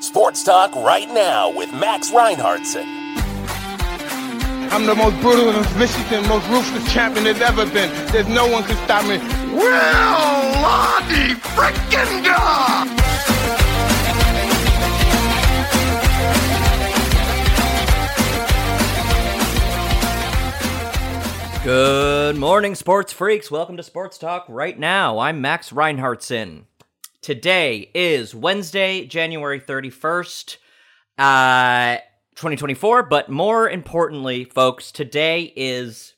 Sports Talk right now with Max Reinhardtson. I'm the most brutal and Michigan, most ruthless champion there's ever been. There's no one can stop me. Will Lottie freaking God! Good morning, sports freaks. Welcome to Sports Talk right now. I'm Max Reinhardtson. Today is Wednesday, January 31st, uh, 2024. But more importantly, folks, today is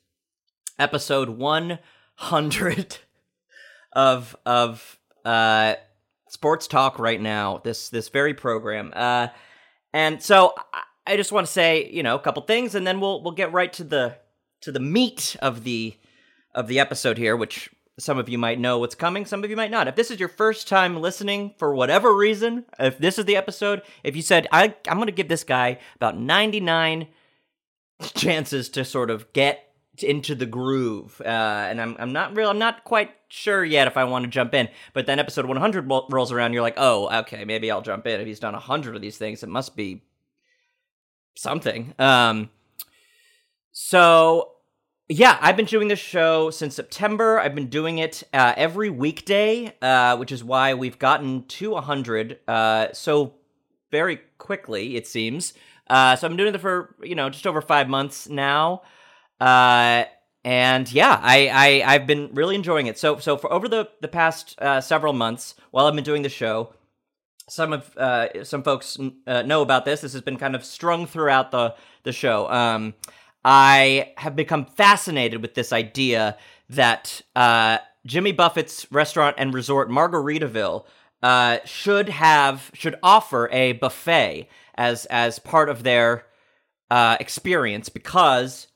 episode 100 of of uh, Sports Talk right now. This this very program. Uh, and so I, I just want to say, you know, a couple things, and then we'll we'll get right to the to the meat of the of the episode here, which some of you might know what's coming, some of you might not. If this is your first time listening for whatever reason, if this is the episode, if you said I I'm going to give this guy about 99 chances to sort of get into the groove, uh, and I'm I'm not real I'm not quite sure yet if I want to jump in. But then episode 100 ro- rolls around, you're like, oh, okay, maybe I'll jump in. If he's done 100 of these things, it must be something. Um, so yeah, I've been doing this show since September. I've been doing it uh, every weekday, uh, which is why we've gotten to 100 uh, so very quickly, it seems. Uh, so I'm doing it for you know just over five months now, uh, and yeah, I, I I've been really enjoying it. So so for over the the past uh, several months while I've been doing the show, some of uh, some folks uh, know about this. This has been kind of strung throughout the the show. Um, I have become fascinated with this idea that uh, Jimmy Buffett's restaurant and resort Margaritaville uh, should have should offer a buffet as as part of their uh, experience because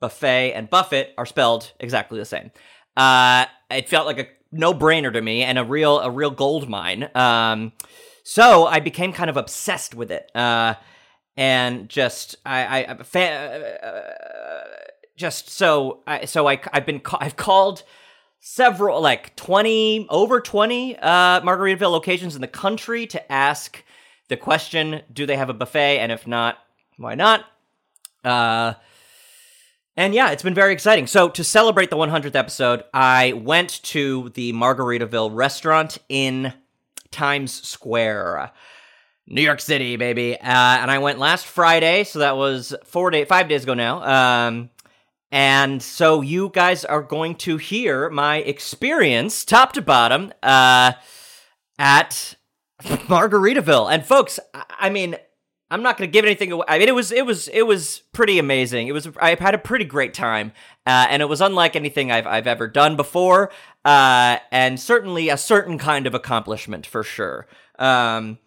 buffet and Buffett are spelled exactly the same. Uh, it felt like a no-brainer to me and a real a real gold mine. Um, so I became kind of obsessed with it, uh, and just I, I I'm a fa- uh, just so I so I I've been ca- I've called several like 20 over 20 uh margaritaville locations in the country to ask the question do they have a buffet and if not why not uh and yeah, it's been very exciting. So to celebrate the 100th episode, I went to the Margaritaville restaurant in Times Square, New York City, baby. Uh, and I went last Friday, so that was four day, five days ago now. Um, and so you guys are going to hear my experience, top to bottom, uh, at Margaritaville. And folks, I, I mean, I'm not going to give anything away. I mean, it was it was it was pretty amazing. It was I had a pretty great time, uh, and it was unlike anything I've I've ever done before, uh, and certainly a certain kind of accomplishment for sure. Um,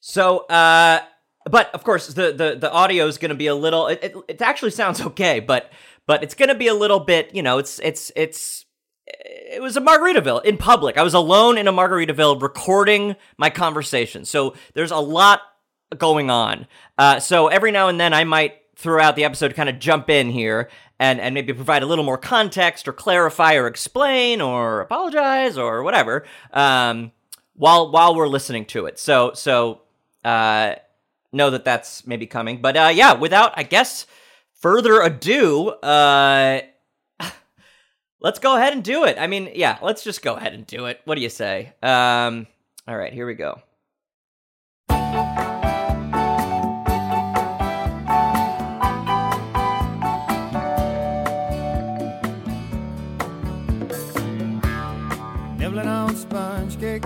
so, uh, but of course, the the the audio is going to be a little. It, it, it actually sounds okay, but but it's going to be a little bit. You know, it's it's it's it was a Margaritaville in public. I was alone in a Margaritaville recording my conversation. So there's a lot going on. Uh, so every now and then I might throughout the episode kind of jump in here and and maybe provide a little more context or clarify or explain or apologize or whatever um, while while we're listening to it. So so uh, know that that's maybe coming. But uh, yeah, without I guess further ado. Uh, Let's go ahead and do it. I mean, yeah, let's just go ahead and do it. What do you say? Um, all right, here we go. nibbling on sponge cake,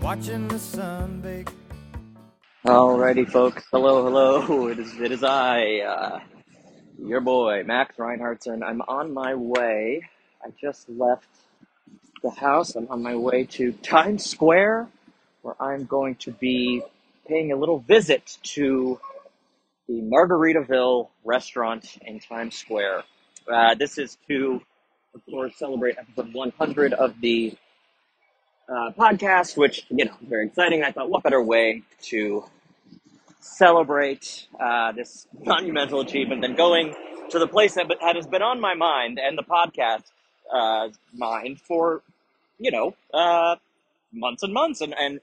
watching the sun bake. Alrighty, folks. Hello, hello. It is it is I, uh, your boy Max Reinhardtson. I'm on my way. I just left the house. I'm on my way to Times Square, where I'm going to be paying a little visit to the Margaritaville restaurant in Times Square. Uh, this is to, of course, celebrate episode 100 of the uh, podcast, which, you know, is very exciting. I thought, what better way to celebrate uh, this monumental achievement than going to the place that, that has been on my mind and the podcast uh, mind for, you know, uh, months and months. And, and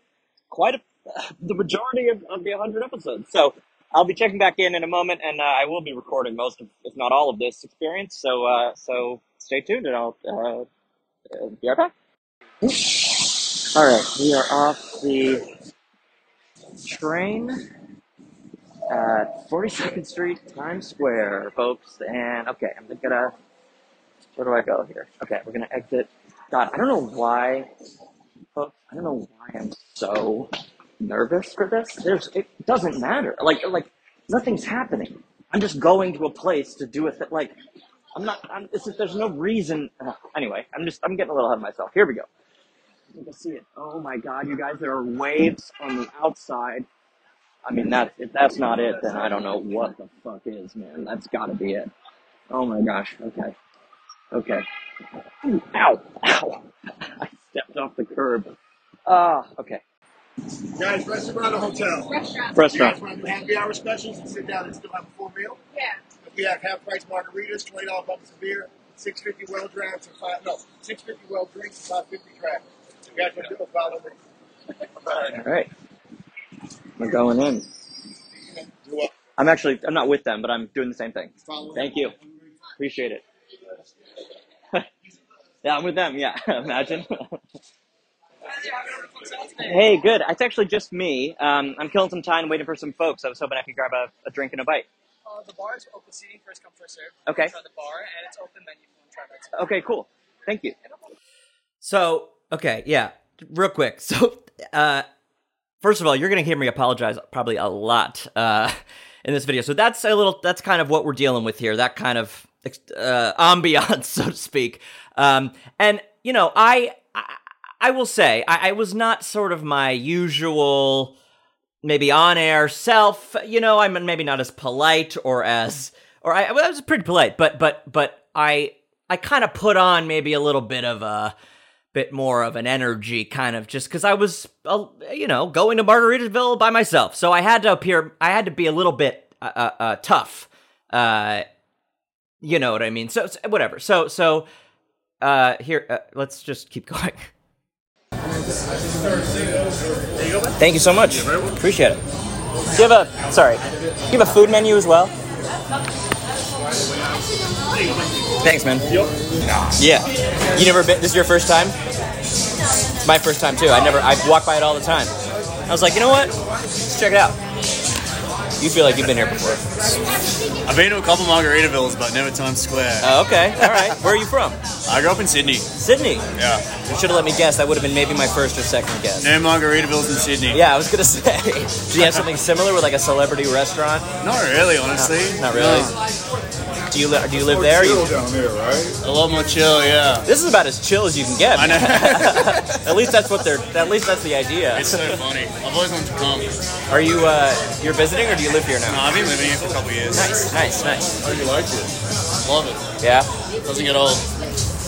quite a, the majority of, of the 100 episodes. So I'll be checking back in in a moment, and uh, I will be recording most of, if not all of this experience. So uh, so stay tuned, and I'll uh, uh, be right back. All right, we are off the train at 42nd Street, Times Square, folks. And okay, I'm gonna where do I go here? Okay, we're gonna exit. God, I don't know why, folks. I don't know why I'm so nervous for this. There's it doesn't matter. Like like nothing's happening. I'm just going to a place to do a thing. Like I'm not. I'm, it's just, there's no reason. Ugh, anyway, I'm just I'm getting a little ahead of myself. Here we go. You can see it. Oh my God, you guys! There are waves on the outside. I mean, that's if that's not it, then I don't know what the fuck is, man. That's got to be it. Oh my gosh. Okay. Okay. Ow! Ow! I stepped off the curb. Ah. okay. Guys, restaurant or hotel? Restaurant. You guys Restaurant. want to do happy hour specials and sit down and still have a full meal? Yeah. We have half price margaritas, twenty dollar buckets of beer, six fifty well drafts and five no, six fifty well drinks and five fifty draft. If you guys want to do a follow me. All right. All right. We're going in. You're welcome. I'm actually I'm not with them, but I'm doing the same thing. Follow me. Thank you. Appreciate it. Yeah, I'm with them. Yeah, imagine. hey, good. It's actually just me. Um, I'm killing some time waiting for some folks. I was hoping I could grab a, a drink and a bite. Uh, the bar is open seating, first come, first serve. Okay. Try the bar, and it's open menu if you want to try that too. Okay, cool. Thank you. So, okay, yeah, real quick. So, uh, first of all, you're gonna hear me apologize probably a lot uh, in this video. So that's a little. That's kind of what we're dealing with here. That kind of uh, ambiance, so to speak. Um, and you know, I I, I will say I, I was not sort of my usual maybe on air self. You know, I'm maybe not as polite or as or I, well, I was pretty polite, but but but I I kind of put on maybe a little bit of a bit more of an energy kind of just because I was uh, you know going to Margaritaville by myself, so I had to appear I had to be a little bit uh, uh, uh, tough. Uh, you know what I mean? So, so whatever. So so uh, here uh, let's just keep going. Thank you so much. Appreciate it. Do you have a sorry? Do you have a food menu as well? Thanks, man. Yeah. You never been? This is your first time? It's my first time too. I never. I walk by it all the time. I was like, you know what? Let's check it out. You feel like you've been here before. I've been to a couple Margaritavilles, but never Times Square. Oh, okay. All right. Where are you from? I grew up in Sydney. Sydney. Yeah. You should have let me guess. That would have been maybe my first or second guess. No Margaritavilles in Sydney. Yeah, I was gonna say. Do you have something similar with like a celebrity restaurant? Not really, honestly. Not really. No. Do you li- do you live there? You- down here, right? A lot more chill, yeah. This is about as chill as you can get. I know. at least that's what they're. At least that's the idea. It's so funny. I've always wanted to come. No, Are you uh, you're visiting or do you live here now? I've been living here for a couple of years. Nice, nice, nice. How do you like it? Love it. Yeah. Doesn't get old.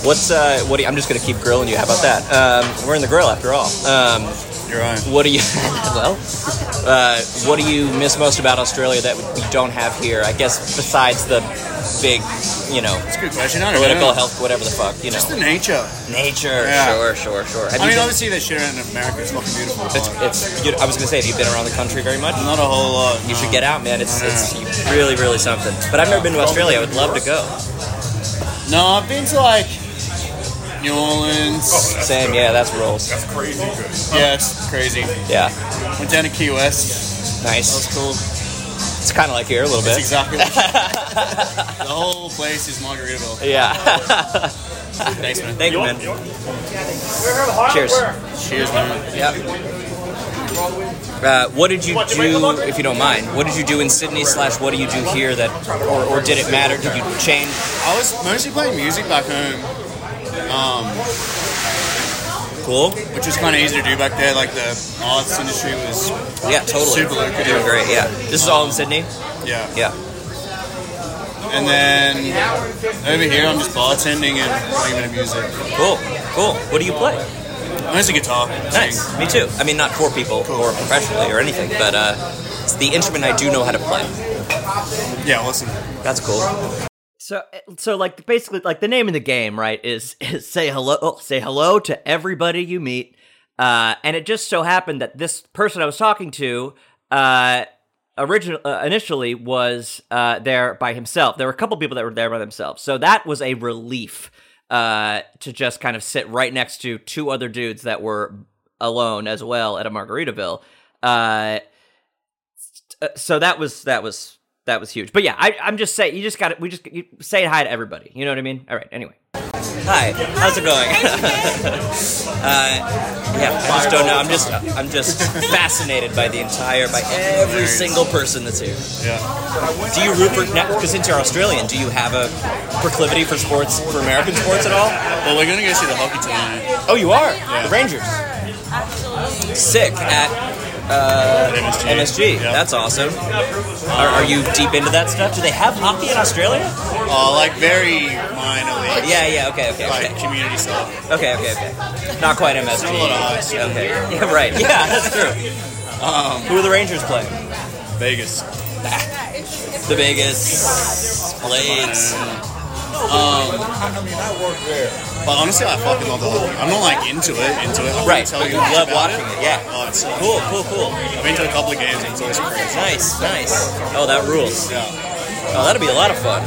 What's uh, what? Do you, I'm just gonna keep grilling you. How about that? Um, we're in the grill after all. Um, You're right. what do you? well, uh, what do you miss most about Australia that we don't have here? I guess besides the big, you know, That's a good question. I don't political know. health, whatever the fuck, you know, Just the nature. nature. Yeah. Sure, sure, sure. Have I you mean, been- obviously, there's shit around in America. It's fucking beautiful. It's, but it's. You, I was gonna say, have you been around the country very much? not a whole lot. You no. should get out, man. It's I it's really really something. But I've never been to Australia. I would love to go. No, I've been to like New Orleans. Same, yeah, that's rolls. That's crazy good. Yeah, it's crazy. Yeah, Went down to Key West. That was nice. cool. It's kind of like here a little That's bit. exactly what The whole place is Margaritaville. Yeah. Thanks, man. Thank you, man. Cheers. Cheers, man. Yeah. Uh, what did you do, if you don't mind? What did you do in Sydney slash What do you do here? That or, or did it matter? Did you change? I was mostly playing music back home, um, Cool. which was kind of easy to do back there. Like the arts industry was, Yeah, totally. Super lucrative. Doing great. Yeah. This is all in Sydney. yeah. Yeah. And then over here, I'm just bartending and playing a bit of music. Cool. Cool. What do you play? Mostly guitar. Nice. sing. Me too. I mean, not for people or professionally or anything, but uh, it's the instrument I do know how to play. Yeah, awesome. That's cool. So uh, so like oh, basically like the name of the game right is, is say hello say hello to everybody you meet Uh, and it just so happened that this person I was talking to, uh, original uh, initially was uh, there by himself. There were a couple people that were there by themselves, so that was a relief uh, to just kind of sit right next to two other dudes that were alone as well at a Margaritaville. Uh, uh, so that was that was that was huge. But yeah, I, I'm just saying you just got to we just you say hi to everybody. You know what I mean? All right. Anyway. Hi, how's it going? uh, yeah, I just don't know. I'm just, I'm just fascinated by the entire, by every single person that's here. Yeah. Do you root for? Because since you're Australian, do you have a proclivity for sports, for American sports at all? Well, we're gonna go see the hockey tonight. Oh, you are the Rangers. Sick at uh, MSG. MSG. Yeah. That's awesome. Are, are you deep into that stuff? Do they have hockey in Australia? Oh, like very minor league, Yeah, yeah. Okay, okay, okay. like community stuff. Okay, okay, okay. Not quite MSG. Not a lot of ice. Okay. Yeah, right. Yeah, that's true. Um, Who are the Rangers playing? Vegas. The Vegas Blades. But honestly, I fucking love the hockey. I'm not like into it, into it. I'm Right. Tell you You love about watching it. Yeah. Oh, it's Cool, cool, cool. I've been to a couple of games and it's always crazy. Nice, nice. Oh, that rules. Yeah. Oh, that'll be a lot of fun.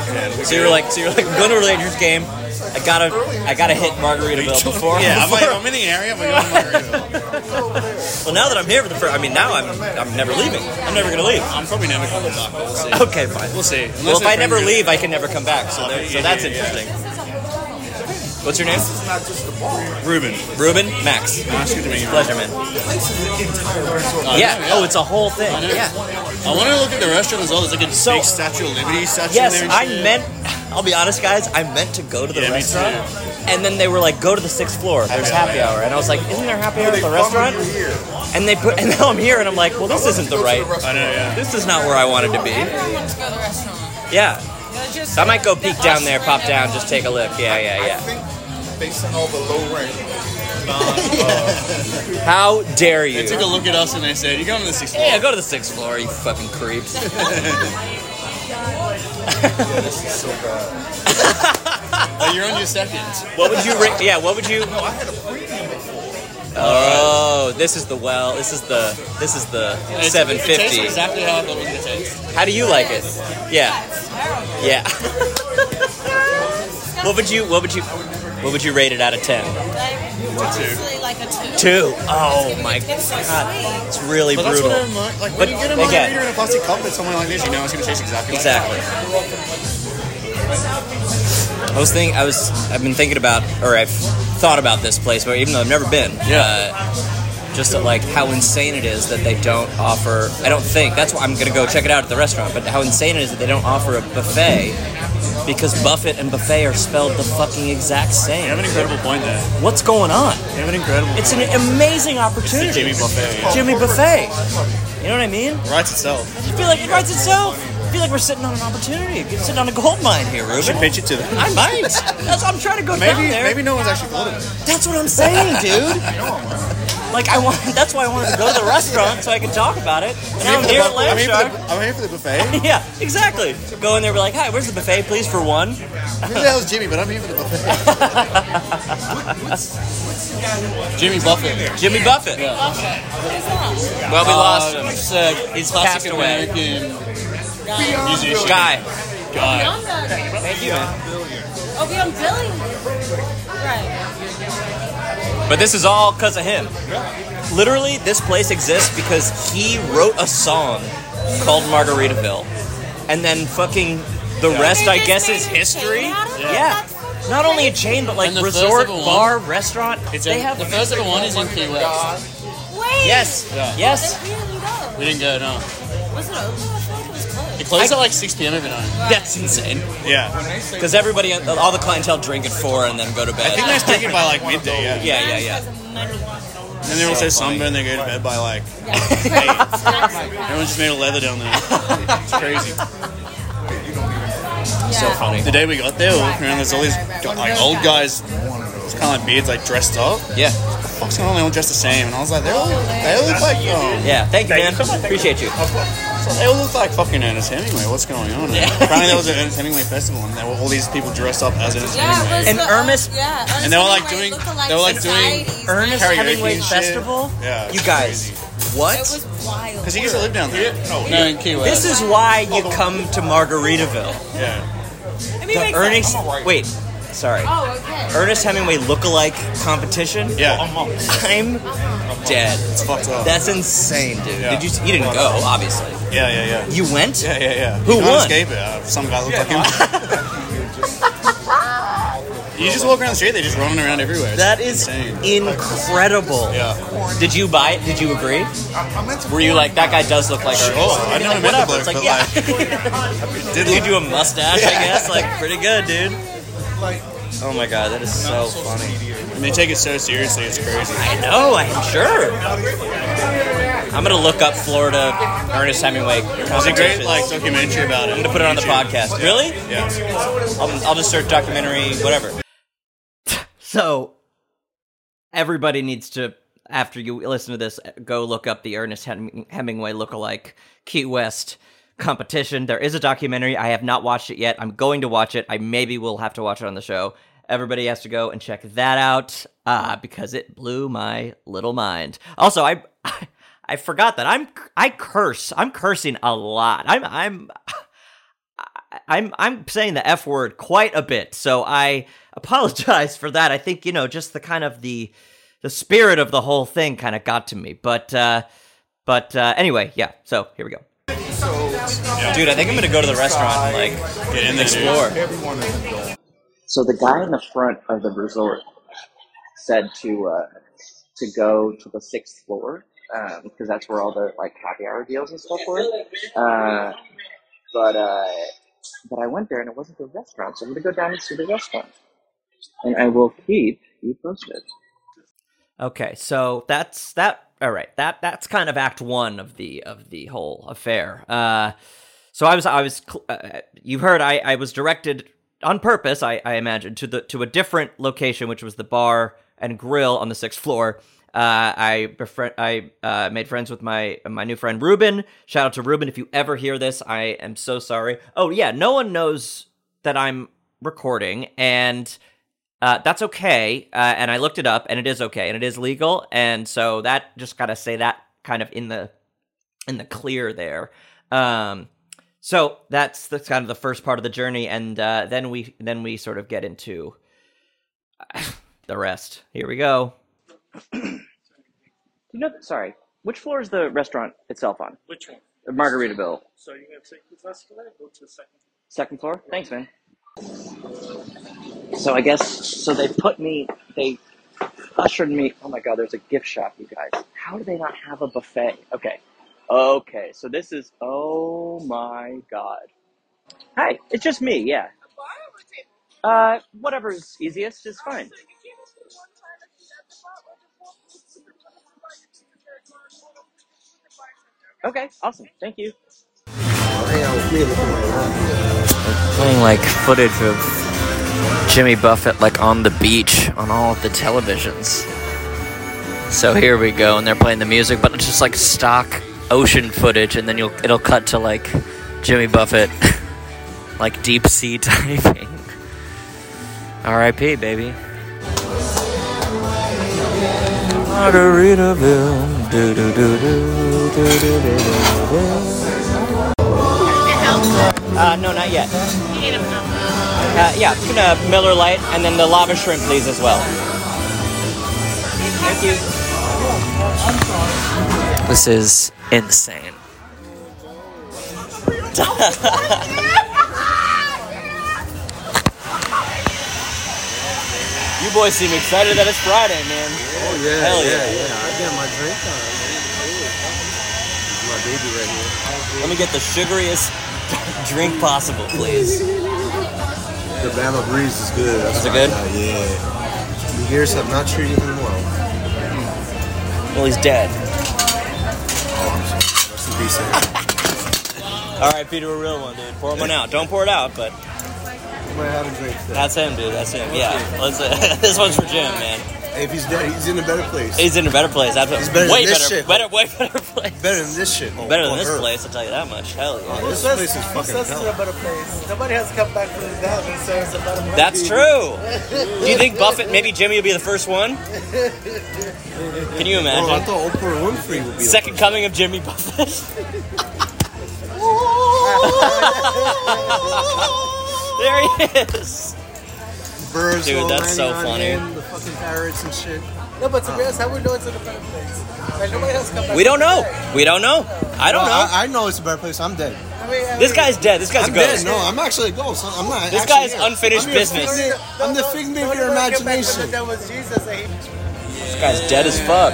So you're like, so you're like, I'm going to a Rangers game. I gotta, I gotta hit Margaritaville before. yeah, I'm, like, before- I'm in the area. I'm like, I'm, like, well, now that I'm here for the first, I mean, now I'm, I'm never leaving. I'm never gonna leave. I'm probably never coming back. but We'll see. Okay, fine. We'll see. Unless Well, if it's I never pretty good. leave, I can never come back. So, there, so yeah, that's yeah, yeah. interesting. What's your name? Ruben, Ruben Max. nice good to meet you. Pleasure, man. Yeah. Oh, it's a whole thing. Yeah. I want to look at the restaurant as well. There's like a So- big Statue of Liberty statue Yes, there. and I shit. meant. I'll be honest, guys. I meant to go to the Yeah, me restaurant, too. and then they were like, "Go to the sixth floor. There's hour, happy yeah. hour." And I was like, "Isn't there happy hour at the restaurant?" And they put. And now I'm here, and I'm like, "Well, this isn't the right. I know, yeah. This is not where I wanted to be." Everyone wants to go to the restaurant. Yeah. They're just- So I might go peek down there, pop Australian down, just take a look. Yeah, yeah, yeah. think based on all the low rank, How dare you? They took a look at us and they said, "You going to the sixth floor?" Yeah, go to the sixth floor, you fucking creeps. Like, you're on your seconds. What would you rate? Yeah, what would you? No, I had a premium Oh, this is the well. This is the this is the It's- seven It tastes fifty. exactly how I thought it was gonna taste. How do you like it? Yeah, It's terrible. yeah. what would you? What would you? What would you rate it out of ten? Like, honestly, like a two. Two. Oh my It's so god, sweet. it's really But that's what brutal. I'm like. Like But when you get a again- margarita in a plastic cup that's somewhere like this, you know it's gonna taste exactly. like that. Exactly. I was thinking. I was. I've been thinking about, or I've thought about this place, but even though I've never been. Uh, just like how insane it is that they don't offer. I don't think that's why I'm gonna go check it out at the restaurant. But how insane it is that they don't offer a buffet because buffet and buffet are spelled the fucking exact You have same. an incredible point there. What's going on? You have an incredible. It's an amazing opportunity. Jimmy Buffet, yeah. Jimmy Buffet. You know what I mean? It writes itself. I feel like it writes itself. I feel like we're sitting on an opportunity. We're sitting on a gold mine here, Ruben. pitch it to them. I might. That's I'm trying to go down Maybe there. maybe no one's actually thought of it. That's what I'm saying, dude. like I want. That's why I wanted to go to the restaurant so I could talk about it. And now I'm here at I'm here for Landshark. the, I'm here for the buffet. Yeah, exactly. Go in there, be like, "Hi, where's the buffet, please, for one?" Who the hell's Jimmy? But I'm here for the buffet. Jimmy Buffett. Jimmy Buffett. Well, we lost him. He's, uh, he's passed Classic away. American musician. Guy. God. Thank you, man. Oh, we on Billy. Right. But this is all because of him. Literally, this place exists because he wrote a song called Margaritaville, and then fucking the rest, They I just guess, made is a chain history. out of it? Yeah. That's Not only a chain, but like And the first resort, ever one- bar, restaurant. It's they in- have the first ever one is in Key West. Wait. yes, Yeah. yes. We didn't We go. didn't go, no. Was it open? I feel like it was closed. It closed at like 6 p.m. every night. That's insane. Yeah. Because everybody, all the clientele, drink at four and then go to bed. I think they're sticking by like midday, yeah. yeah, yeah, yeah. And then they're also sunburned, they go to bed by like 8. Everyone's just made of leather down there. It's crazy. So funny. The day we got there, we were walking around, there's all these like old guys, it's kind of like beards, like dressed up. Yeah, The fuck's going on? They all dress the same. And I was like, they all, they all look like, um, yeah. Thank you, man. Appreciate you. It looked like fucking Ernest Hemingway. What's going on? Yeah. Apparently, there was an Ernest Hemingway festival, and there were all these people dressed up as Ernest Yeah, it Hemingway. was the, uh, Ernest- Yeah, Ernest and they were like Hemingway doing, look-alike they were like society. doing Ernest karaoke Hemingway and shit. Festival? Yeah, You guys, what? It was wild. because he used to live down there. Oh, No, in Key West. This is why you come to Margaritaville. yeah. I mean, The like, Ernest. Wait, sorry. Oh, okay. Ernest Hemingway look-alike competition. Yeah. I'm dead. It's fucked up. That's insane, dude. Yeah. Did you? You didn't go, obviously. yeah, yeah, yeah. You went? Yeah, yeah, yeah. Who You can't won? Escape it. Uh, some guy looked like him. you just walk around the street; they're just running around everywhere. It's That is insane. incredible. Yeah. Did you buy it? Did you agree? Were you like that guy does look like? Sure. Ernest? I Like, never met the whatever. bloke, It's like but yeah. like, Did you do a mustache? I guess like pretty good, dude. Oh my god, that is so funny. and they take it so seriously. It's crazy. I know. I'm sure. I'm gonna look up Florida Ernest Hemingway There's a great competitions. like documentary about it. I'm gonna put it on the podcast. Really? Yeah. I'll, I'll just search documentary, whatever. So everybody needs to, after you listen to this, go look up the Ernest Hem- Hemingway lookalike Key West competition. There is a documentary. I have not watched it yet. I'm going to watch it. I maybe will have to watch it on the show. Everybody has to go and check that out uh, because it blew my little mind. Also, I. I forgot that I'm I curse. I'm cursing a lot. I'm I'm I'm I'm saying the F word quite a bit, so I apologize for that. I think you know just the kind of the the spirit of the whole thing kind of got to me, but uh, but uh, anyway, yeah. So here we go. Dude, I think I'm gonna go to the restaurant and like Get in there, dude. explore. So the guy in the front of the resort said to uh, to go to the sixth floor because that's where all the like happy hour deals and stuff were. Uh, but uh, but I went there and it wasn't the restaurant, so I'm gonna go down and see the restaurant, and I will keep you posted. Okay, so that's that. All right, that that's kind of Act One of the of the whole affair. Uh, so I was I was cl- uh, you heard I I was directed on purpose I I imagine to the to a different location which was the bar and grill on the sixth floor. Uh, I befriend I uh, made friends with my my new friend Ruben. Shout out to Ruben if you ever hear this. I am so sorry. Oh yeah, no one knows that I'm recording and uh, that's okay. Uh, and I looked it up, and it is okay, and it is legal. And so that just gotta say that kind of in the in the clear there. Um, so that's that's kind of the first part of the journey, and uh, then we then we sort of get into the rest. Here we go. Do you know? Sorry, which floor is the restaurant itself on? Which one? Margaritaville, So you're gonna take the first floor, go to the second. second floor. Thanks, man. So I guess so they put me they ushered me oh my god, there's a gift shop, you guys. How do they not have a buffet? Okay. Okay, so this is oh my god. Hi, it's just me, yeah. Uh whatever is easiest is fine. Okay, awesome. Thank you. playing like footage of Jimmy Buffett like on the beach on all of the televisions. So here we go, and they're playing the music, but it's just like stock ocean footage, and then you'll it'll cut to like Jimmy Buffett like deep sea diving. R.I.P. baby. Margaritaville. Do, do, do, do, do, do, do, do, do. Uh, no, not yet. Uh, yeah, I'm gonna Miller Light and then the lava shrimp, please, as well. Thank you. This is insane. you boys seem excited that it's Friday, man. Oh yeah, Hell yeah, yeah. I got my drink on. My baby right here. Let me get the sugariest drink possible, pleys The Bama breeze is good. That's Is it good? why I- yeah. The years have not treated me well. Well, he's dead. Rest in peace. Eric. All right, Peter, a real one, dude. Pour him one out. Don't pour it out, but I'm gonna have a drink. that's him, dude. That's him. Yeah, let's. this one's uh, for Jim, man. If he's dead, he's in a better place. He's in a better place. Absolutely. He's better way than this better, shit. Oh, better, way better place. Better than this shit. better than on this Earth. place. I'll tell you that much. Hell yeah. Who says- who says it's a better place? Nobody has come back from the dead and says it's a better place. That's true. Do you think Buffett? Maybe Jimmy will be the first one. Can you imagine? Bro, Oh, I thought Oprah Winfrey would be Second coming of Jimmy Buffett. there he is. Birds Dude, all that's so landing on funny. him, the fucking parrots and shit. No, but to be honest, I would know it's in a better place. Like, nobody has come back We don't from the know. We don't know. I don't No, know. I, I know it's a better place. I'm dead. dead. I mean, I This mean- guy's dead. This guy's I'm a ghost. dead. No, I'm actually a ghost. I'm not. This actually guy's here. unfinished I'm your business. figment- I'm the figment of your Nobody came back from the imagination. dead was Jesus. and he- This guy's dead as fuck.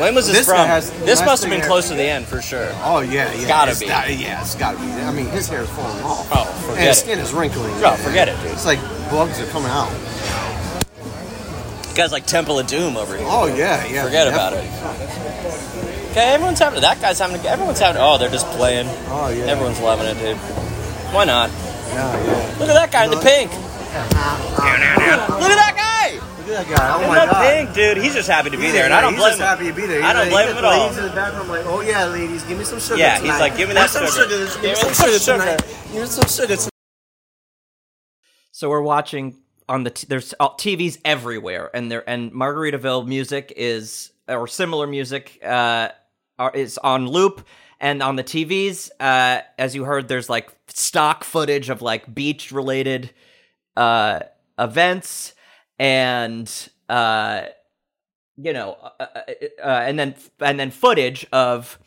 When was this, This guy from? has this nice must have been hair. close to the end for sure. Oh yeah, yeah. Gotta it's be. Not, yeah, it's gotta be. I mean, his hair is falling off. Oh, forget and his it. skin is wrinkling. Bro, forget it, dude. It's like bugs are coming out. This guy's like Temple of Doom over here. Oh yeah, yeah. Forget about it. Okay, everyone's having that guy's having. Everyone's having. Oh, they're just playing. Oh yeah. Everyone's loving it, dude. Why not? Yeah, yeah. Look at that guy in the pink. Look at that guy. Look at that guy. Oh in my the god. pink, dude. He's just happy to be He's there, in and I don't He's blame just him. happy to be there. I don't He's blame like, him at all. He's in the bathroom like, oh yeah, ladies, give me some sugar. Yeah, he's tonight. like, give me that Give some sugar. sugar. this- Give Give me me some some sugar. sugar tonight. Give me some sugar tonight. So we're watching on the t- there's uh, TVs everywhere, and there and Margaritaville music is or similar music uh, are, is on loop, and on the TVs, uh, as you heard, there's like stock footage of like beach related uh, events, and uh, you know, uh, uh, uh, and then and then footage of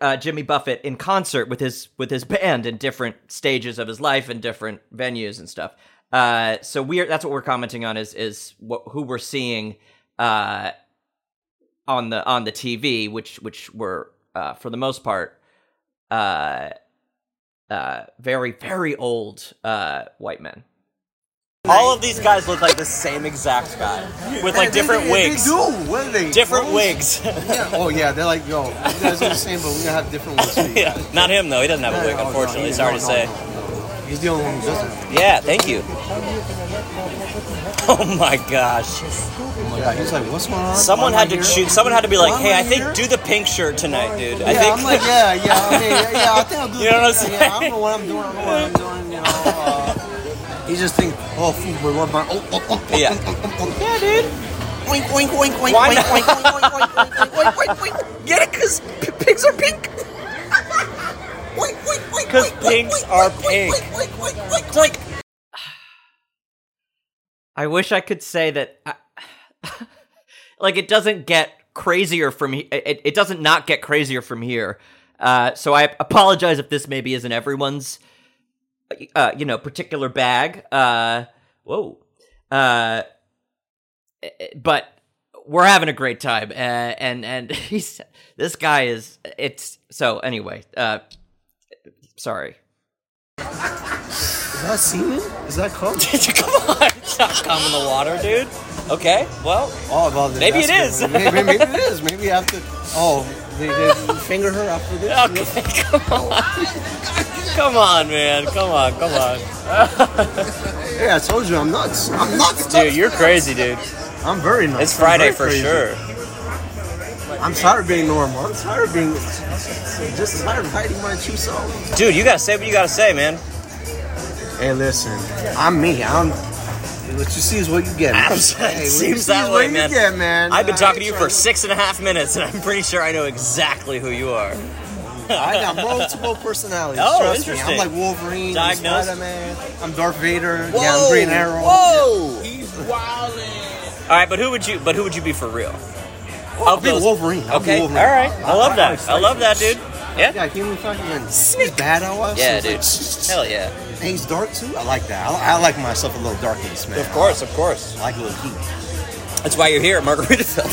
uh, Jimmy Buffett in concert with his with his band in different stages of his life and different venues and stuff. Uh, so we're that's what we're commenting on is is what, who we're seeing uh, on the on the TV, which which were uh, for the most part uh, uh, very very old uh, white men. All of these guys look like the same exact guy with like They- different they, wigs. They do. What are they? Different clones? wigs. yeah. Oh yeah, they're like, yo, you guys are the same, but we're gonna have different wigs. for you Yeah, guys. Not him though. He doesn't have No, a wig, no, no, unfortunately. he- Sorry no, to no, say. He's the only one who doesn't. have Yeah, thank you. Oh my gosh. Oh my god, he's like, what's going on? Someone Why am had I to here? choose. Someone had to be like, Why am "Hey, I here?" think do the pink shirt tonight, dude." I yeah, think. I'm like, yeah, yeah, I mean, yeah, yeah, I think I'll do You know what I'm that. Yeah, saying? I don't know what I'm doing. I don't know what I'm doing. You know, uh, you just think, oh, food, but what about? Oh, oh, oh, oh, Yeah. oh, oh, oh, yeah, dude. Oink, oink, oink, oink, Why oink, not? oink, oink, oink, oink, oink, oink, oink, oink, oink. Get it, cause p- pigs are pink. Cause pinks are pink. It's like I wish I could say that. I, like it doesn't get crazier from he- it, it doesn't not get crazier from here. Uh, so I apologize if this maybe isn't everyone's, uh, you know, particular bag. Uh, whoa, uh, eh, but we're having a great time, uh, and and he's this guy is it's so anyway. Uh, sorry. Is that semen? Is that cum? come on, it's not cum in the water, dude. Okay, well, Oh, well, then Maybe it is. that's good. Maybe, maybe it is. Maybe after. Oh, they, they finger her after this. okay, come on, come on, man, come on, come on, Yeah, I told you I'm nuts. I'm nuts. dude, you're crazy, dude. I'm very nuts. It's I'm Friday very for crazy. sure. I'm tired of being normal. I'm tired of being just tired of hiding my true self. Dude, you gotta say what you gotta say, man. Hey, listen, I'm me. I'm. What you see is what you get. man. Absolutely. It Hey, what you seems see that is way, what man. You get, man. I've been I talking to ain't you for tryna- six and a half minutes, and I'm pretty sure I know exactly who you are. I got multiple personalities. Oh, trust interesting. Me. I'm like Wolverine. Diagnosed? Diagnosed. man I'm Darth Vader. Yeah, I'm Green Arrow. Whoa! He's wildin'. All right, but who would you? But who would you be for real? I'll Of be those- Wolverine. I'll okay. Be Wolverine. All right. I love that. I love that, dude. Yeah. Yeah, human fucking Sneak. bad I was. Yeah, It's dude. Hell yeah. Like, and he's dark too. I like that. I, I like myself a little darkies, man. Of course. Of course. I like a little heat. That's why you're here at Margaritaville.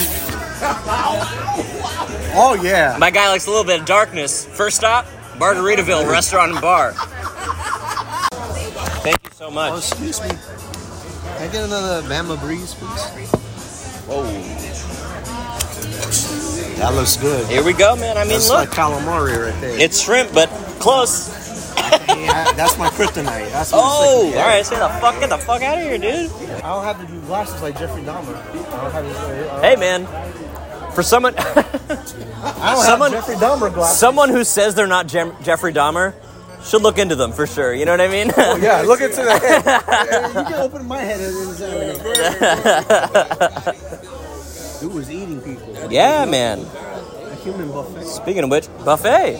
Oh yeah. My guy likes a little bit of darkness. First stop, Margaritaville Restaurant and Bar. Thank you so Oh, much. excuse me. Can I get another Bama Breeze, please? Whoa. That looks good. Here we go, man. I mean, That's look. like calamari right there. It's shrimp, but close. I- that's my kryptonite. That's what Oh, it's like, yeah. all right. So the fuck, get the fuck out of here, dude. I don't have to do glasses like Jeffrey Dahmer. I don't have to, I don't- Hey, man. For someone, I don't Someone- have Jeffrey Dahmer glasses. someone who says they're not Jem- Jeffrey Dahmer, should look into them for sure. You know what I mean? Oh, yeah, look into the head. you can open my head. And, and, Dude was eating people. yeah, man. A human buffet. Speaking of which, buffet.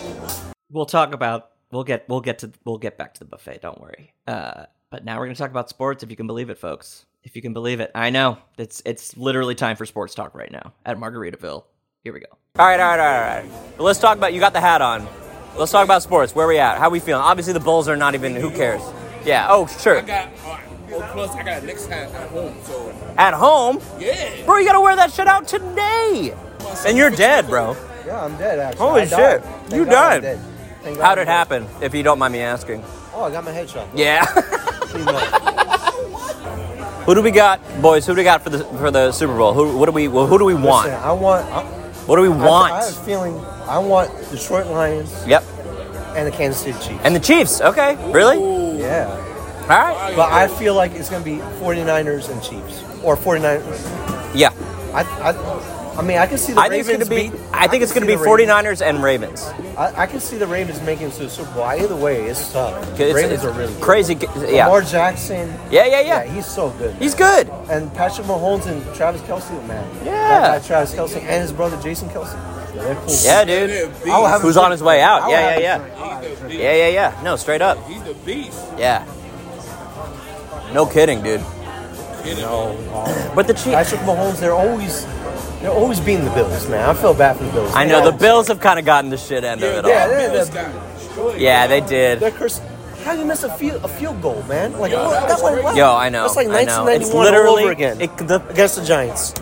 We'll talk about we'll get we'll get to we'll get back to the buffet. Don't worry. Uh, but now we're gonna talk about sports. If you can believe it, folks. If you can believe it, I know it's it's literally time for sports talk right now at Margaritaville. Here we go. All right, all right, all right, all right. Let's talk about. You got the hat on. Let's talk about sports. Where we at? How we feeling? Obviously, the Bulls are not even. Who cares? Yeah. Oh, sure. I got, uh, well, plus I got next time at home, so At home, yeah. bro, you gotta wear that shit out today. And you're dead, bro. Yeah, I'm dead. Actually. Holy I died. shit, Thank you God I'm died. dead. Thank God How'd I'm it dead. happen? If you don't mind me asking. Oh, I got my headshot. Yeah. who do we got, boys? Who do we got for the for the Super Bowl? Who what do we well, who do we want? Listen, I want. I, what do we want? I, I have a feeling I want Detroit Lions yep. and the Kansas City Chiefs. And the Chiefs. Okay. Really? Yeah. All right. But I feel like it's going to be 49ers and Chiefs. Or 49ers. Yeah. I, I, I mean, I can see the I think it's Ravens gonna be beat- I think it's can gonna be see the Ravens- 49ers and Ravens. I, I can see the Ravens making it to the Super Bowl. Either way, it's tough. Okay, it's- Ravens it's are really good. crazy. Yeah. Lamar Jackson. Yeah, yeah, yeah. he's so good. He's good. And Patrick Mahomes and Travis Kelsey, man. Yeah. Travis Kelsey and his brother Jason Kelsey. They're cool. Yeah, dude. I will have a Who's drink. on his way I out? will Yeah, have yeah, a yeah. Yeah, yeah, yeah. No, straight up. He's the beast. Yeah. No kidding, dude. You know. But the Chiefs. Patrick Mahomes, they're always they're always beating the Bills, man. I feel bad for the Bills. I know the Bills have kind of gotten the shit end of it Yeah, all. they're, they're, Yeah, they did. they're cursed. How you miss a field, a field goal, man? Like oh, that went well. Yo, I know. That's like I know. 1991 It's all literally over again It, the, against the Giants.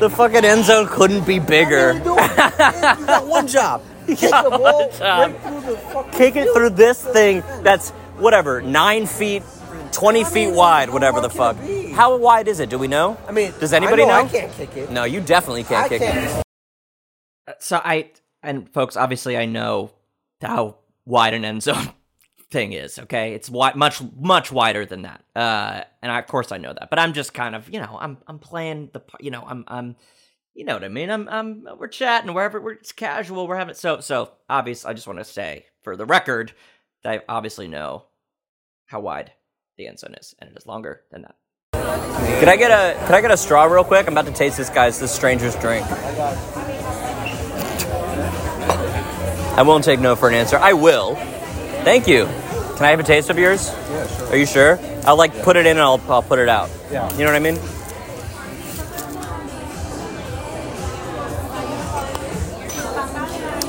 the fucking end zone couldn't be bigger. You got one job. Kick the ball right through the fucking Kick it through this thing that's whatever, nine feet, twenty feet wide, whatever the fuck. How wide is it? Do we know? I mean, does anybody I know know? I can't kick it. No, you definitely can't I kick can't. it. Uh, So I and folks, obviously, I know how wide an end zone thing is. Okay, it's wide, much much wider than that. Uh, and I, of course, I know that, but I'm just kind of you know I'm I'm playing the p- you know I'm I'm you know what I mean. I'm I'm we're chatting wherever we're it's casual. We're having so so obvious. I just want to say for the record that I obviously know how wide the end zone is, and it is longer than that. Can I get a Can I get a straw real quick? I'm about to taste this guy's this stranger's drink. I won't take no for an answer. I will. Thank you. Can I have a taste of yours? Yeah, sure. Are you sure? I'll like put it in and I'll, I'll put it out. Yeah. You know what I mean?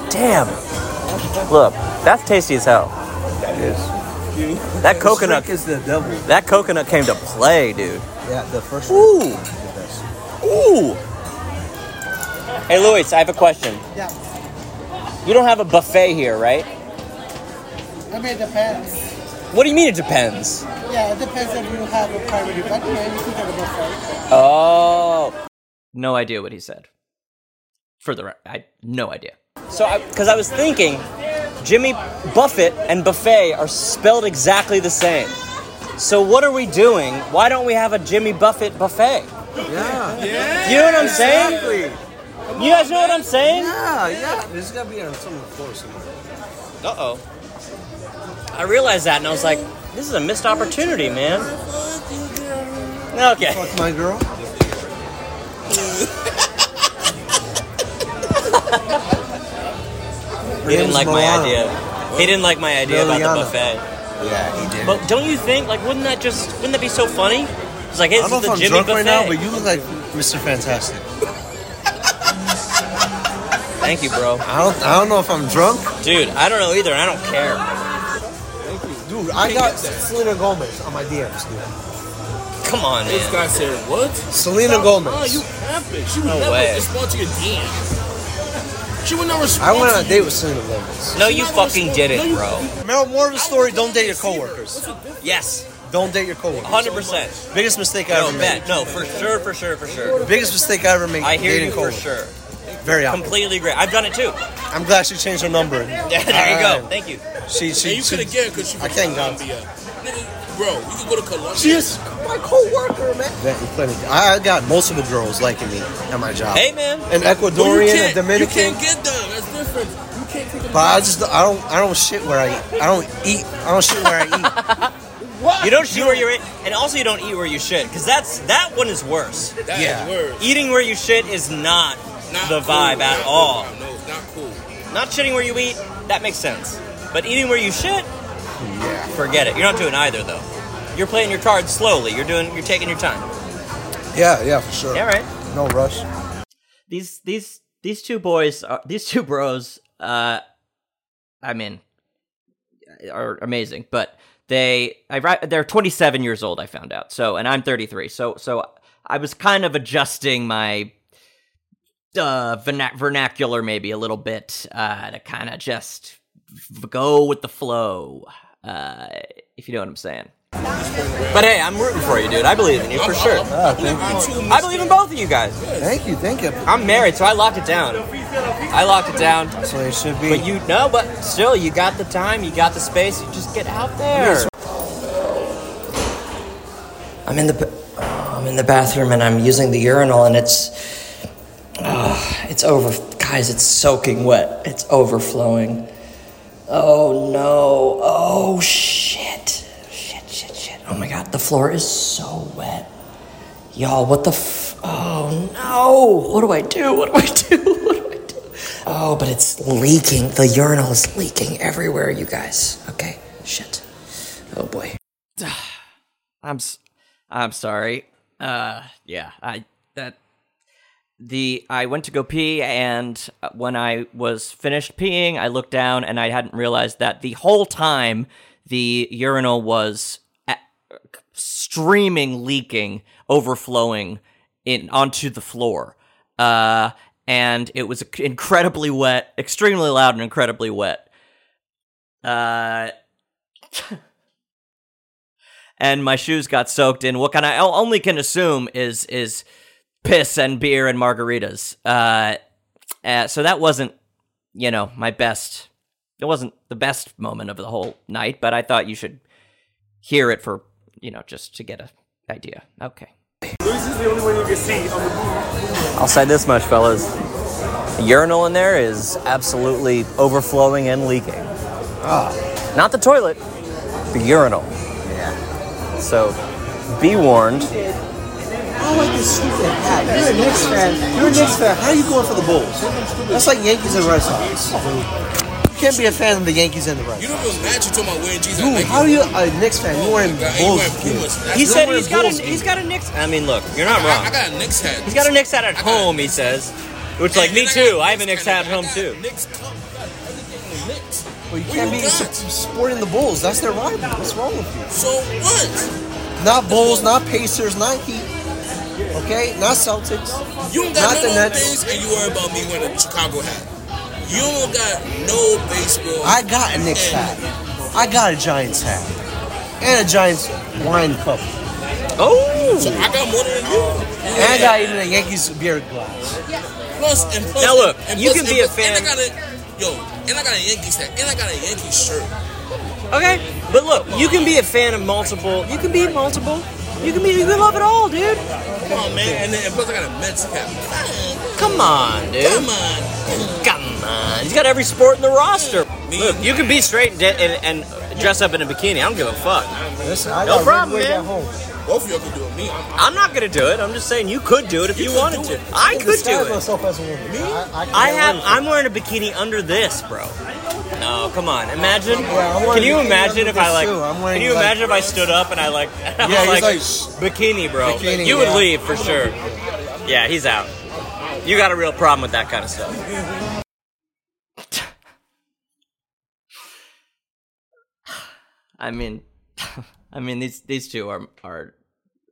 Damn. Look, that's tasty as hell. That is. That coconut is the devil. That coconut came to play, dude. Yeah, the first Ooh. Ooh. Hey Luis, I have a question. Yeah. You don't have a buffet here, right? I mean, it depends. What do you mean it depends? Yeah, it depends if you have a private event. Yeah, you can get a buffet. Oh. No idea what he said. For the re- I no idea. So, because I, was thinking, Jimmy Buffett and buffet are spelled exactly the same. So what are we doing? Why don't we have a Jimmy Buffett buffet? Yeah. You know what I'm saying? You guys know what I'm saying? Yeah, yeah. There's gotta be on someone close. Uh oh. I realized that and I was like, this is a missed opportunity, man. Okay. Fuck my girl. He didn't like my Milano. idea. He didn't like my idea about Liliana. the buffet. Yeah, he did. But don't you think, like, wouldn't that just, wouldn't that be so funny? It's like, hey, I this don't know is if the Jimmy I'm drunk buffet. right now, but you look like Mr. Fantastic. Thank you, bro. I don't. I don't know if I'm drunk. Dude, I don't know either. I don't care. Dude, I got Selena Gomez on my DMs. Dude. Come on, This man. guy said what? Selena Stop- Gomez. Oh, you happen. She would No never way. respond to your DM. She would not respond. I went on a to date you. with Selena Gomez. No, you fucking didn't, bro. Meryl, more of the story: Don't date your coworkers. Yes, Don't date your coworkers. 100%. Biggest mistake I No, ever made. bet. No, for sure, for sure, for sure. Biggest mistake I ever made. I hear dating you for coworkers. sure. Very awkward. Completely great. I've done it too. I'm glad she changed her number. Yeah, there you go. Thank you. She, she, Yeah, you she- could have get because she's I from thank God. Colombia. Nigga, Bro, you could go to Colombia. She is my co-worker, man. That- plenty. I I got multiple girls liking me at my job. Hey, man. An Well, you Ecuadorian, a can't- You Dominican. can't get them. That's different. You can't take them. But I just I don't I don't shit where I eat. I don't eat. I don't shit where I eat. What? You don't shoot where you eat, and also you don't eat where you shit, because that's that one is worse. That is Yeah. worse. Eating where you shit is not, the vibe cool. at Not all. cool. No, it's not cool. Not shitting where you eat, that makes sense. But eating where you shit, yeah, forget it. You're not doing either though. You're playing your cards slowly. You're doing. You're taking your time. Yeah, yeah, for sure. Yeah, right. No rush. these these these two boys are, these two bros uh i mean are amazing but they i ri- they're 27 years old i found out so and i'm 33 so so i was kind of adjusting my uh vernac- vernacular maybe a little bit uh to kind of just v- go with the flow uh if you know what i'm saying But hey, I'm rooting for you, dude. I believe in you for sure. I believe in both of you guys. Thank you, thank you. I'm married, so I locked it down. I locked it down. That's what it should be. But you know, but still, you got the time, you got the space. You just get out there. I'm in the ba- oh, I'm in the bathroom and I'm using the urinal and it's ah, it's over guys it's soaking wet it's overflowing oh no oh shit shit shit shit oh my god the floor is so wet y'all what the f- oh no what do I do what do I do what do I do oh but it's leaking the urinal is leaking everywhere you guys okay shit oh boy I'm s- I'm sorry. Uh yeah, I that the I went to go pee and uh, when I was finished peeing, I looked down and I hadn't realized that the whole time the urinal was a streaming, leaking, overflowing in onto the floor. Uh and it was incredibly wet, extremely loud and incredibly wet. Uh and my shoes got soaked in what can I o- only can assume is is piss and beer and margaritas. Uh, uh, so that wasn't, you know, my best. It wasn't the best moment of the whole night, but I thought you should hear it for you know just to get a idea. Okay. Luis is the only one you can see on the movie. I'll say this much, fellas. The urinal in there is absolutely overflowing and leaking. Ah. Not the toilet, the urinal. Yeah. So be warned. I like this stupid hat. You're a Knicks fan. You're a Knicks fan. How are you going for the Bulls? That's like Yankees and Red Sox. You can't be a fan of the Yankees and the Red You Sox. don't even match you talking about wearing jeans. Dude, how are you a Knicks fan? You wearing Bulls? gear. He You're said wearing he's got a Bulls gear. he's got a Knicks. I mean, look, you're not I- I wrong. got a Knicks hat. He's got a Knicks hat at home. He says, which like me too. I have a Knicks hat at home too. Knicks cup. You got everything Knicks. Well, you What can't you be got? su- supporting the Bulls. That's their rival. What's wrong with you? So what? Not Bulls, not Pacers, not Heat. Okay, not Celtics. You don't not got the no more Nets. things, and you worry about me wearing a Chicago hat. You don't got no baseball. I got a Knicks hat. I got a Giants hat and a Giants wine cup. Oh! So I got more than you. And I got even a Yankees beer glass. Plus and plus. Now look, and you plus, can and be a plus- And I fan- got a yo, and I got a Yankees hat, and I got a Yankees shirt. Okay, but look, you can be a fan of multiple. You can be multiple. You can be. You can love it all, dude. Come on, man. And then and plus I got a Mets cap. Man, Come on, dude. Come on. Come on. He's got every sport in the roster. Look, you can be straight and, de- and, and dress up in a bikini. I don't give a fuck. Listen, I No got problem, Red Wing man. at home. Both of y'all can do it. Me, I'm, I'm not gonna do it. I'm just saying you could do it if you, wanted to. I could Disguise do it. myself as a woman. I, I, can't I have. win. I'm wearing a bikini under this, bro. No, come on. Imagine. wearing- I'm wearing Can you a bikini imagine under if I this like? too. I'm wearing, Can you like, imagine if I stood up and I like? I Yeah, was he's like, like, bikini, bro. Bikini, you would yeah. leave for sure. Yeah, he's out. You got a real problem with that kind of stuff. I mean, I mean these these two are are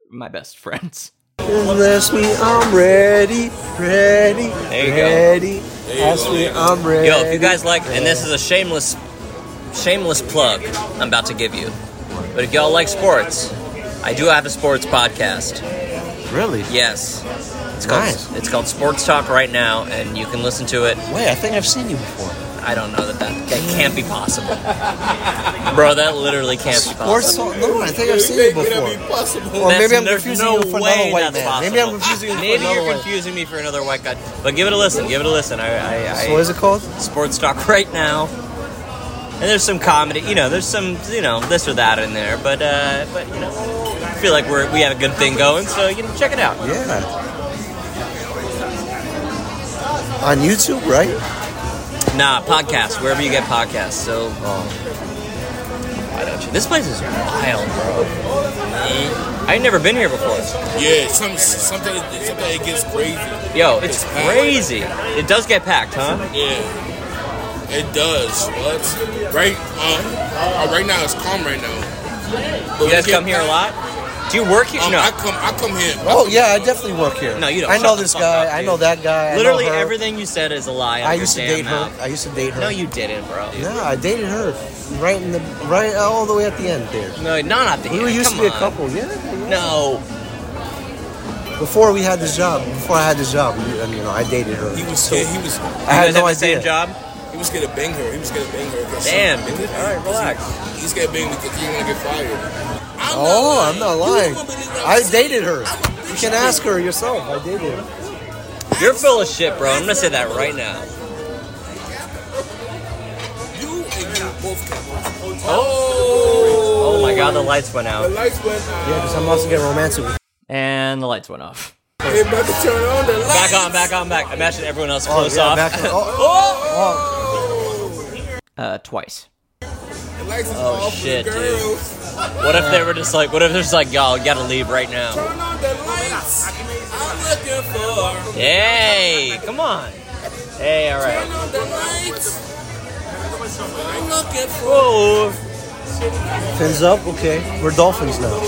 my best friends. Bless me, I'm ready, ready, you go. ready. Ask me, I'm ready. Yo, if you guys like, and this is a shameless, shameless plug I'm about to give you. But if y'all like sports, I do have a sports podcast. really Yes, It's called, Nice. it's called Sports Talk right now, and you can listen to it. Wait, I think I've seen you before. I don't know that that, that can't be possible, bro. That literally can't be Or possible. so, no, I think I've seen you before. Or That's- maybe I'm there's confusing no you for way another white that's man. possible. Maybe I'm confusing you for Maybe another you're white. confusing me for another white guy. But give it a listen. Give it a listen. I, I, I So what is it called? Sports Talk right now. And there's some comedy. You know, there's some you know this or that in there. But uh, but you know, I feel like we're we have a good thing going. So you know, check it out. Yeah. On YouTube, right? Nah, podcast wherever you get podcasts. So um, why don't you? This place is wild, bro. I ain't never been here before. Yeah, some, sometimes, sometimes it gets crazy. Yo, it's packed. crazy. It does get packed, huh? Yeah, it does. What? Right? Uh, uh, right now it's calm. Right now. You guys come here a lot? Do you work here? Um, no. I come. I come here. Oh yeah, I definitely work here. No, you don't. I know Shut the this fuck guy. up, I dude. know that guy. I know Literally her. everything you said is a lie. I used to your damn date her. mouth. I used to date her. No, you didn't, bro. Yeah, I dated her. Right in the right all the way at the end there. No, not at the We end. were used Come to be a on. couple. Yeah. No. Before we had this job, before I had this job, we- and, you know, I dated her. He was. So yeah, he was. I had no idea. job. He was gonna bang her. He was gonna bang her. 'cause she- Damn, dude. All right, relax. He's gonna bang because he wanna get fired. oh, I'm not lying. I dated her. You can ask her yourself. I dated her. You're full of shit, bro. I'm gonna say that right now. You and you both. Oh. Oh my god, the lights went The out. lights went out. Yeah, because I'm also getting romantic. And the lights went off. They about to turn on the lights. Back on, back on, back. Imagine everyone else Oh, close yeah, off. back on. Oh, Uh, twice. The lights is Oh off for shit, the dude. girls. What if they were just like, what if there's like, y'all gotta leave right now? Turn on the lights. I'm looking for. Hey, come on. Hey, all Turn right. on the lights. I'm looking for. Whoa. Fins up, okay. We're dolphins now.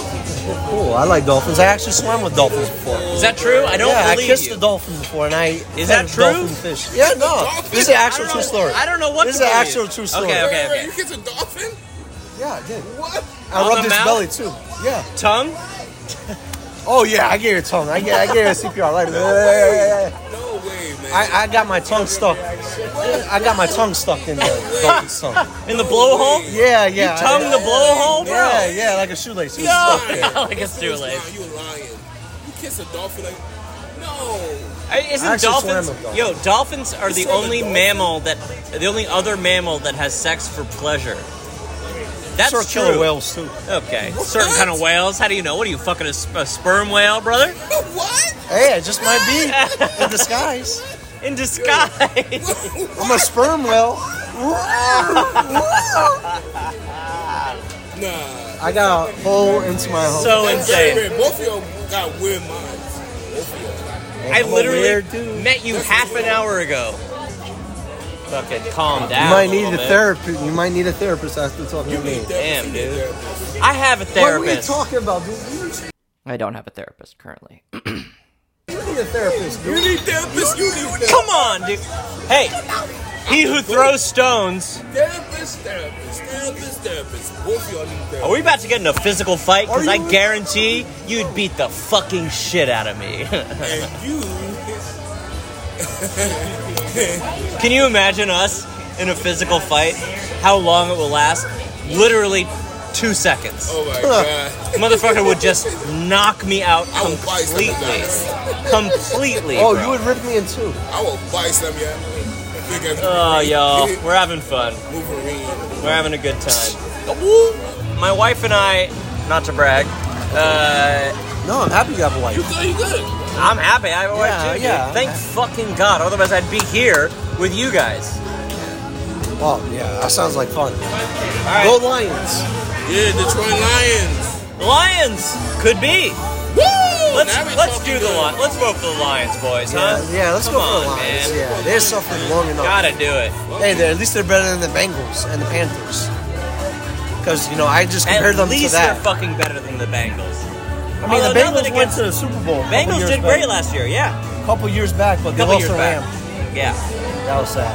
Cool. I like dolphins. I actually swam with dolphins before. Is that true? I don't yeah, I believe kissed you. a dolphin before, and I Is fed that a true? Dolphin fish. Yeah, no. This is an actual I true don't- story. I don't know what This to is an believe. actual true story. Okay, Wait, okay, wait, okay. You kiss a dolphin? Yeah, I did. What? I On rubbed the his mouth? belly too. Yeah. Tongue? Oh yeah, I gave her tongue. I gave, I gave her CPR. Like, I, No way, man. I got my tongue stuck. I got my tongue stuck in the dolphin's tongue. In the blowhole? Yeah, yeah. You tongue the blowhole, bro? Yeah, yeah, like a shoelace. It was No. stuck there. like a shoelace. You lying. You kiss a dolphin like. No. I- Isn't I actually swam dolphins? with dolphins. Yo, dolphins are You the swam with only dolphins? mammal that, the only other mammal that has sex for pleasure. That's Sort of true. killer whales too. Okay, certain kind of whales. How do you know? What are you fucking a, sp- a sperm whale, brother? Er- what? Hey, it just might be in disguise. In disguise. I'm a sperm whale. Nah. I got a hole into my hole. so insane. Wait, both of y'all got weird minds. I I'm a weird literally dude. met you half an hour ago. Fucking calm You down. might a need little a bit. therapy. You might need a therapist after talking to me. Damn, dude. I have a What are we therapist. talking about, dude? You I don't have a therapist currently. need a therapist, dude. You need therapist. You need Come on, dude. Hey, he who throws stones. therapist. Therapist. Therapist. Therapist. Both of y'all need therapy. Are we about to get in a physical fight? Because Are I you- guarantee you'd beat the fucking shit out of me. And you. Can you imagine us in a physical fight? How long it will last? Literally two seconds. Oh my god. Motherfucker would just knock me out I will buy some completely. Completely. Oh, bro. you would rip me in two. I will buy some of y'all. Big as- Oh, y'all. We're having fun. Wolverine. We're having a good time. My wife and I, not to brag, uh, No, I'm happy you have a wife. You good? You good? I'm happy. I have a wife Yeah, too. dude. yeah. Thank fucking God. Otherwise, I'd be here with you guys. Oh yeah, that sounds like fun. All right. Go Lions. Yeah, Detroit Lions. Lions could be. Let's Now we let's talking do the good. Lions. Let's vote for the Lions, boys, huh? Yeah, yeah let's Come go for on, the Lions. Man. Yeah, they're suffering long enough. Gotta do it. Hey, they're, at least they're better than the Bengals and the Panthers. Because you know, I just compared At them to least they're that. fucking better than the Bengals. I mean, the Although now that Bengals it went gets- to the Super Bowl. a couple Bengals years did great back- last year. Yeah, couple years back, but they couple lost years to back. Ram. Yeah. That was sad.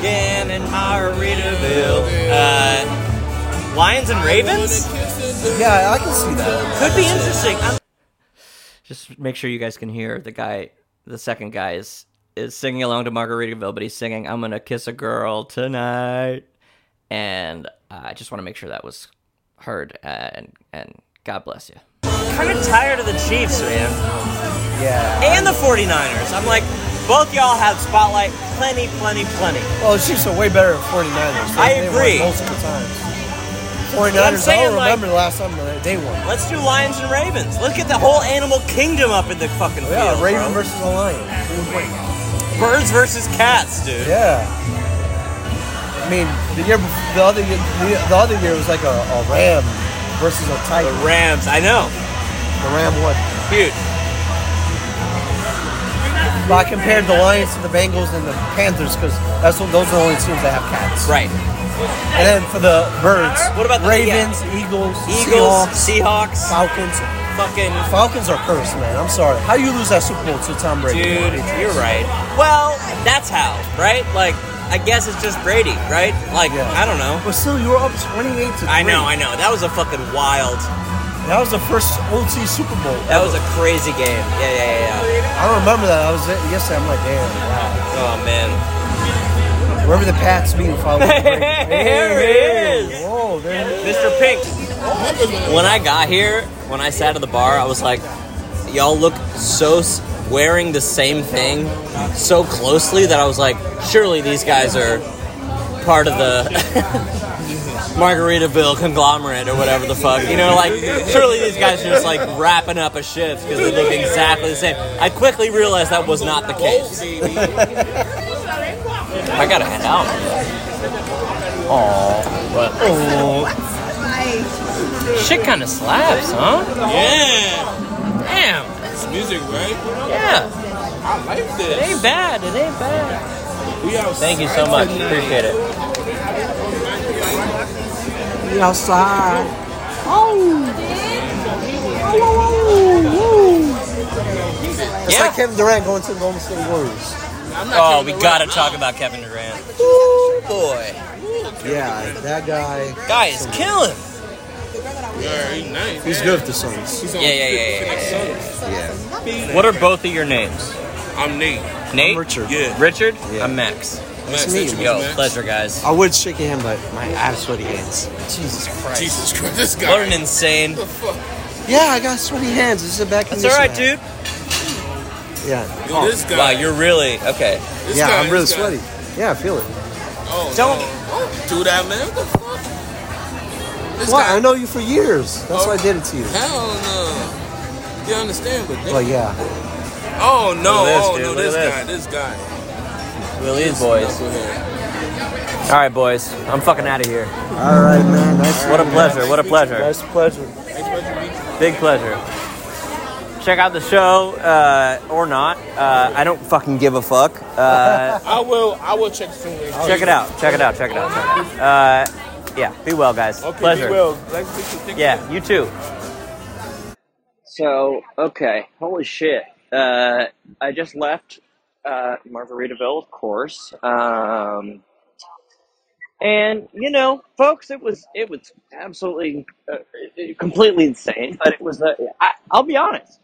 Again in Margaritaville. Uh, Lions and Ravens Yeah, I can see that. could be interesting. I'm- Just make sure you guys can hear the guy the second guy is is singing along to Margaritaville, but he's singing "I'm gonna kiss a girl tonight," and uh, I just want to make sure that was heard. Uh, and and God bless you. kind of tired of the Chiefs, man. Yeah. And the 49ers. I'm like, both y'all have spotlight plenty, plenty, plenty. Well, Oh, the Chiefs are way better than 49ers. They- I they won agree. multiple times. But I'm 49ers, I saying, don't like- remember the last time that they won. Let's do Lions and Ravens. Let's get the whole animal kingdom up in the fucking field. Yeah, Raven bro. versus a Lion. Birds versus cats, dude. Yeah. I mean, the year bef- the other year, the, the other year was like a, a Ram versus a Titan. The Rams, I know. The Ram won. Huge. Well, I compared the Lions to the Bengals and the Panthers because that's what, those are the only teams that have cats. Right. And then for the birds, What about the- Ravens, Eagles, Eagles, Seahawks, Falcons? Fucking Falcons are cursed, man. I'm sorry. How you lose that Super Bowl to Tom Brady? Dude, you're right. Well, that's how, right? Like, I guess it's just Brady, right? Like, I don't know. But still, you were up 28 to. I know, three. I know. That was a fucking wild. That was the first OT Super Bowl. That was a crazy game. Yeah, yeah, yeah. yeah. I don't remember that. I was it yesterday. I'm like, damn. Oh Wow. man. Remember the Pats being followed. by Brady. There he is. Whoa, there he is. Mr. Pink. When I got here, when I sat at the bar, I was like, y'all look so s- wearing the same thing so closely that I was like, surely these guys are part of the Margaritaville conglomerate or whatever the fuck. You know, like, surely these guys are just like wrapping up a shift because they look exactly the same. I quickly realized that was not the case. I gotta head out. Aww. But. Shit kind of slaps, huh? Yeah. Damn. It's music, right? Yeah. I like It this. ain't bad. It ain't bad. We outside Thank you so much. tonight. Appreciate it. He outside. Oh. It's Yeah. like Kevin Durant going to the Golden State Warriors. Oh, we gotta talk about Kevin Durant. Ooh, boy. Yeah, that guy. Guy is killing. Yeah, he nice. He's good with the Suns. He's Yeah, on yeah, yeah, yeah, Yeah. yeah. What are both of your names? I'm Nate. Nate. Richard. Yeah. Richard. I'm Max. Max, to meet that's you, your Yo, man. pleasure, guys. I would shake him, but my I have sweaty hands. Jesus Christ. Jesus Christ, this guy. What an insane. What the fuck? Yeah, I got sweaty hands. This is a back. That's all right, dude. dude. Yeah. Yo, this guy. Wow, you're really okay. This yeah, guy, I'm really this guy. sweaty. Yeah, I feel it. Oh, Don't- no. Don't do that, man. What the fuck? This What? guy. Oh. I know you for years. That's why I did it to you. Hell no. You understand, but this. But yeah, Oh no! Look at this, oh dude. no! Look at This this. guy. This guy. Willie's boys. Knucklehead. All right, boys. I'm fucking out of here. all right, man. Nice. What a pleasure. What a pleasure. Nice pleasure. Big pleasure. Check out the show uh, or not. Uh, I don't fucking give a fuck. Uh, I will. I will check soon. check it out. Check it out. Check it out. Check it out. Uh, yeah. Be well, guys. Okay, pleasure. Be well. Let's take some pictures. Yeah. You too. So, okay, holy shit. Uh, I just left uh, Margaritaville, of course. Um, and you know, folks, it was it was absolutely uh, completely insane, but it was uh, I, I'll be honest,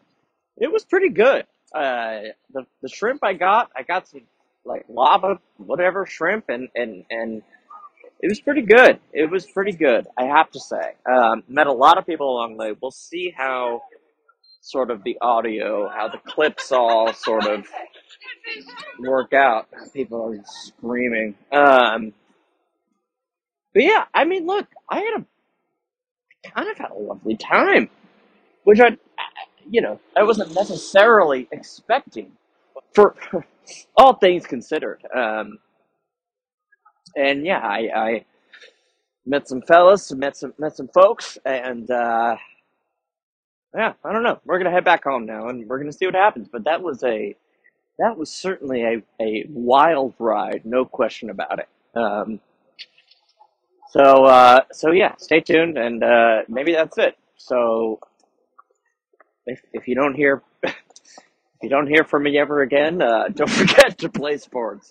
it was pretty good. Uh, the the shrimp I got, I got some like lava whatever shrimp, and and and it was pretty good. It was pretty good, I have to say. Um, met a lot of people along the way. We'll see how sort of the audio, how the clips all sort of work out. People are screaming. Um, but yeah, I mean, look, I had a I kind of had a lovely time, which I, I- you know, I wasn't necessarily expecting. For all things considered, um, and yeah, I, I met some fellas, met some met some folks, and uh, yeah, I don't know. We're gonna head back home now, and we're gonna see what happens. But that was a that was certainly a a wild ride, no question about it. Um, so uh, so yeah, stay tuned, and uh, maybe that's it. So if if you don't hear. if You don't hear from me ever again. Uh, don't forget to play sports.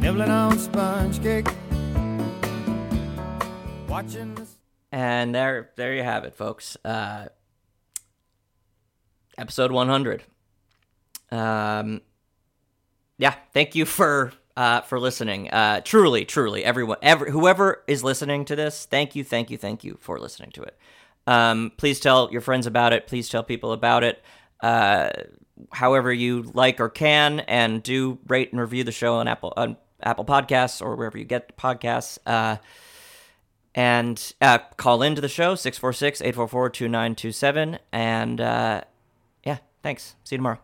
Nibbling on sponge cake. Watching the And there, there you have it, folks. Uh, episode 100. Um, yeah, thank you for uh, for listening. Uh, truly, truly, everyone, every, whoever is listening to this, thank you, thank you, thank you for listening to it. Um, please tell your friends about it. Please tell people about it. Uh, however you like or can, and do rate and review the show on Apple on Apple Podcasts or wherever you get podcasts. Uh, and uh, call into the show 646 844 2927 and uh, yeah thanks see you tomorrow